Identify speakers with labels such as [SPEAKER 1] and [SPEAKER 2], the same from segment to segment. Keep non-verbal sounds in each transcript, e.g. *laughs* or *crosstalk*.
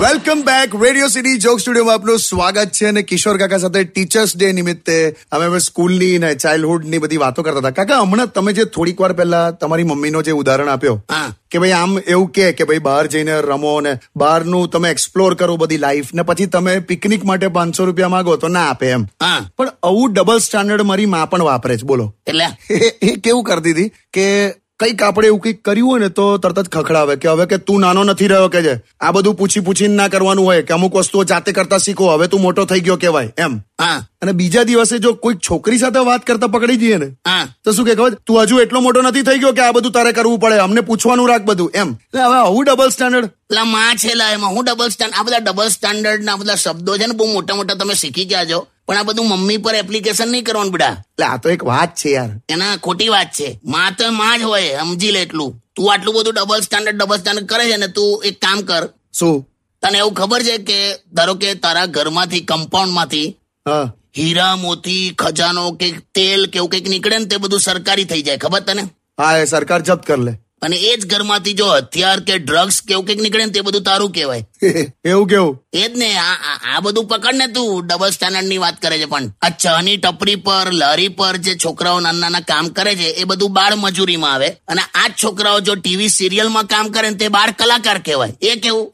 [SPEAKER 1] Welcome back radio city joke સ્ટુડિયોમાં આપનું સ્વાગત છે અને કિશોર કાકા સાથે ટીચર્સ ડે નિમિત્તે અમે હવે સ્કૂલની ને ચાઇલ્ડહુડની બધી વાતો કરતા હતા કાકા હમણાં તમે જે થોડીક વાર પહેલા તમારી મમ્મીનો જે ઉદાહરણ આપ્યો
[SPEAKER 2] હા.
[SPEAKER 1] કે ભાઈ આમ એવું કે કે ભાઈ બહાર જઈને રમો ને બહારનું તમે એક્સપ્લોર કરો બધી લાઈફ ને પછી તમે પિકનિક માટે પાંચસો રૂપિયા માંગો તો ના આપે એમ
[SPEAKER 2] હા
[SPEAKER 1] પણ આવું ડબલ સ્ટાન્ડર્ડ મારી માં પણ વાપરે છે બોલો
[SPEAKER 2] એટલે
[SPEAKER 1] એ એ કેવું કરતી હતી કે કંઈક આપણે એવું કંઈક કર્યું હોય ને તો તરત જ ખખડાવે કે હવે કે તું નાનો નથી રહ્યો કે જે આ બધું પૂછી પૂછીને ના કરવાનું હોય કે અમુક વસ્તુઓ જાતે કરતા શીખો હવે તું મોટો થઈ ગયો કહેવાય એમ
[SPEAKER 2] હા
[SPEAKER 1] અને બીજા દિવસે જો કોઈક છોકરી સાથે વાત કરતા પકડી જઈએ ને
[SPEAKER 2] હા
[SPEAKER 1] તો શું કે ખબર છે? તું હજુ એટલો મોટો નથી થઈ ગયો કે આ બધું તારે કરવું પડે અમને પૂછવાનું રાખ બધું એમ એટલે હવે આવું ડબલ સ્ટાન્ડર્ડ
[SPEAKER 2] પેલા માં છે લા એમાં હું ડબલ સ્ટાન્ડ આ બધા ડબલ સ્ટાન્ડર્ડ ના બધા શબ્દો છે ને બહુ મોટા મોટા તમે શીખી ગયા છો પણ આ બધું મમ્મી પર એપ્લિકેશન નહીં કરવાનું બેટા
[SPEAKER 1] એટલે આ તો એક વાત છે યાર
[SPEAKER 2] એના ખોટી વાત છે માં તો માં જ હોય સમજી લે એટલું તું આટલું બધું ડબલ સ્ટાન્ડર્ડ ડબલ સ્ટાન્ડર્ડ કરે છે ને તું એક કામ કર
[SPEAKER 1] શું
[SPEAKER 2] તને એવું ખબર છે કે ધારો કે તારા ઘરમાંથી કમ્પાઉન્ડમાંથી
[SPEAKER 1] હા
[SPEAKER 2] હીરા મોતી ખજાનો કે તેલ કે એવું કંઈક નીકળે ને તે બધું સરકારી થઈ જાય ખબર તને
[SPEAKER 1] હા એ સરકાર જપ્ત કર લે *laughs*
[SPEAKER 2] અને એ જ ઘરમાંથી જો હથિયાર કે ડ્રગ્સ કે એવું કંઈક નીકળે ને તે બધું તારું કહેવાય
[SPEAKER 1] એવું કેવું *laughs*
[SPEAKER 2] એ જ ને આ આ- આ બધું પકડ ને તું ડબલ સ્ટાન્ડર્ડ ની વાત કરે છે પણ આ ચાની ટપરી પર લારી પર જે છોકરાઓ નાના નાના કામ કરે છે એ બધું બાળ મજૂરીમાં આવે અને આ જ છોકરાઓ જો ટીવી સિરિયલમાં કામ કરે ને તે બાળ કલાકાર કહેવાય એ કેવું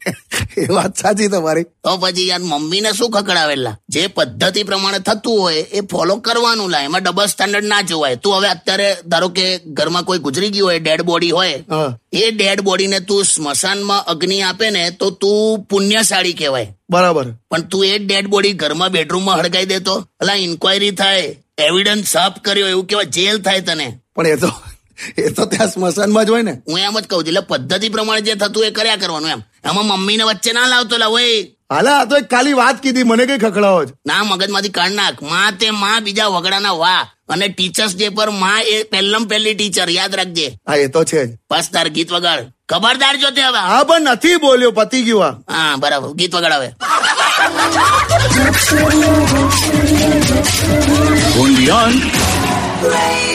[SPEAKER 1] એ વાત સાચી તમારી
[SPEAKER 2] તો પછી યાર મમ્મીને શું ખકડાવેલા જે પદ્ધતિ પ્રમાણે થતું હોય એ ફોલો કરવાનું લા એમાં ડબલ સ્ટાન્ડર્ડ ના જોવાય તું હવે અત્યારે ધારો કે ઘરમાં કોઈ ગુજરી ગયું હોય ડેડ બોડી હોય
[SPEAKER 1] હા
[SPEAKER 2] એ ડેડ બોડીને તું સ્મશાનમાં અગ્નિ આપે ને તો તું પુણ્યશાળી કહેવાય
[SPEAKER 1] બરાબર
[SPEAKER 2] પણ તું એ ડેડ બોડી ઘરમાં બેડરૂમમાં હળગાઈ દેતો અલા ઇન્ક્વાયરી થાય એવિડન્સ સાફ કર્યો એવું કેવા જેલ થાય તને
[SPEAKER 1] પણ એ તો એ તો ત્યાં સ્મશાનમાં જ હોય ને
[SPEAKER 2] હું એમ જ કહું છું એટલે પદ્ધતિ પ્રમાણે જે થતું એ કર્યા કરવાનું એમ આમાં મમ્મીને વચ્ચે ના લાવતો લા ઓય
[SPEAKER 1] હાલા આ તો એક ખાલી વાત કીધી મને કઈ ખખડાવો જ
[SPEAKER 2] ના મગજમાંથી કાઢ નાખ માં તે માં બીજા વગડાના વા અને ટીચર્સ ડે પર માં એ પહેલમ પહેલી ટીચર યાદ રાખજે
[SPEAKER 1] હા એ તો છે જ
[SPEAKER 2] બસ તાર ગીત વગાડ ખબરદાર જો તે હવે
[SPEAKER 1] હા પણ નથી બોલ્યો પતી ગયું આ
[SPEAKER 2] હા બરાબર ગીત વગાડાવે
[SPEAKER 3] Beyond.
[SPEAKER 4] Radio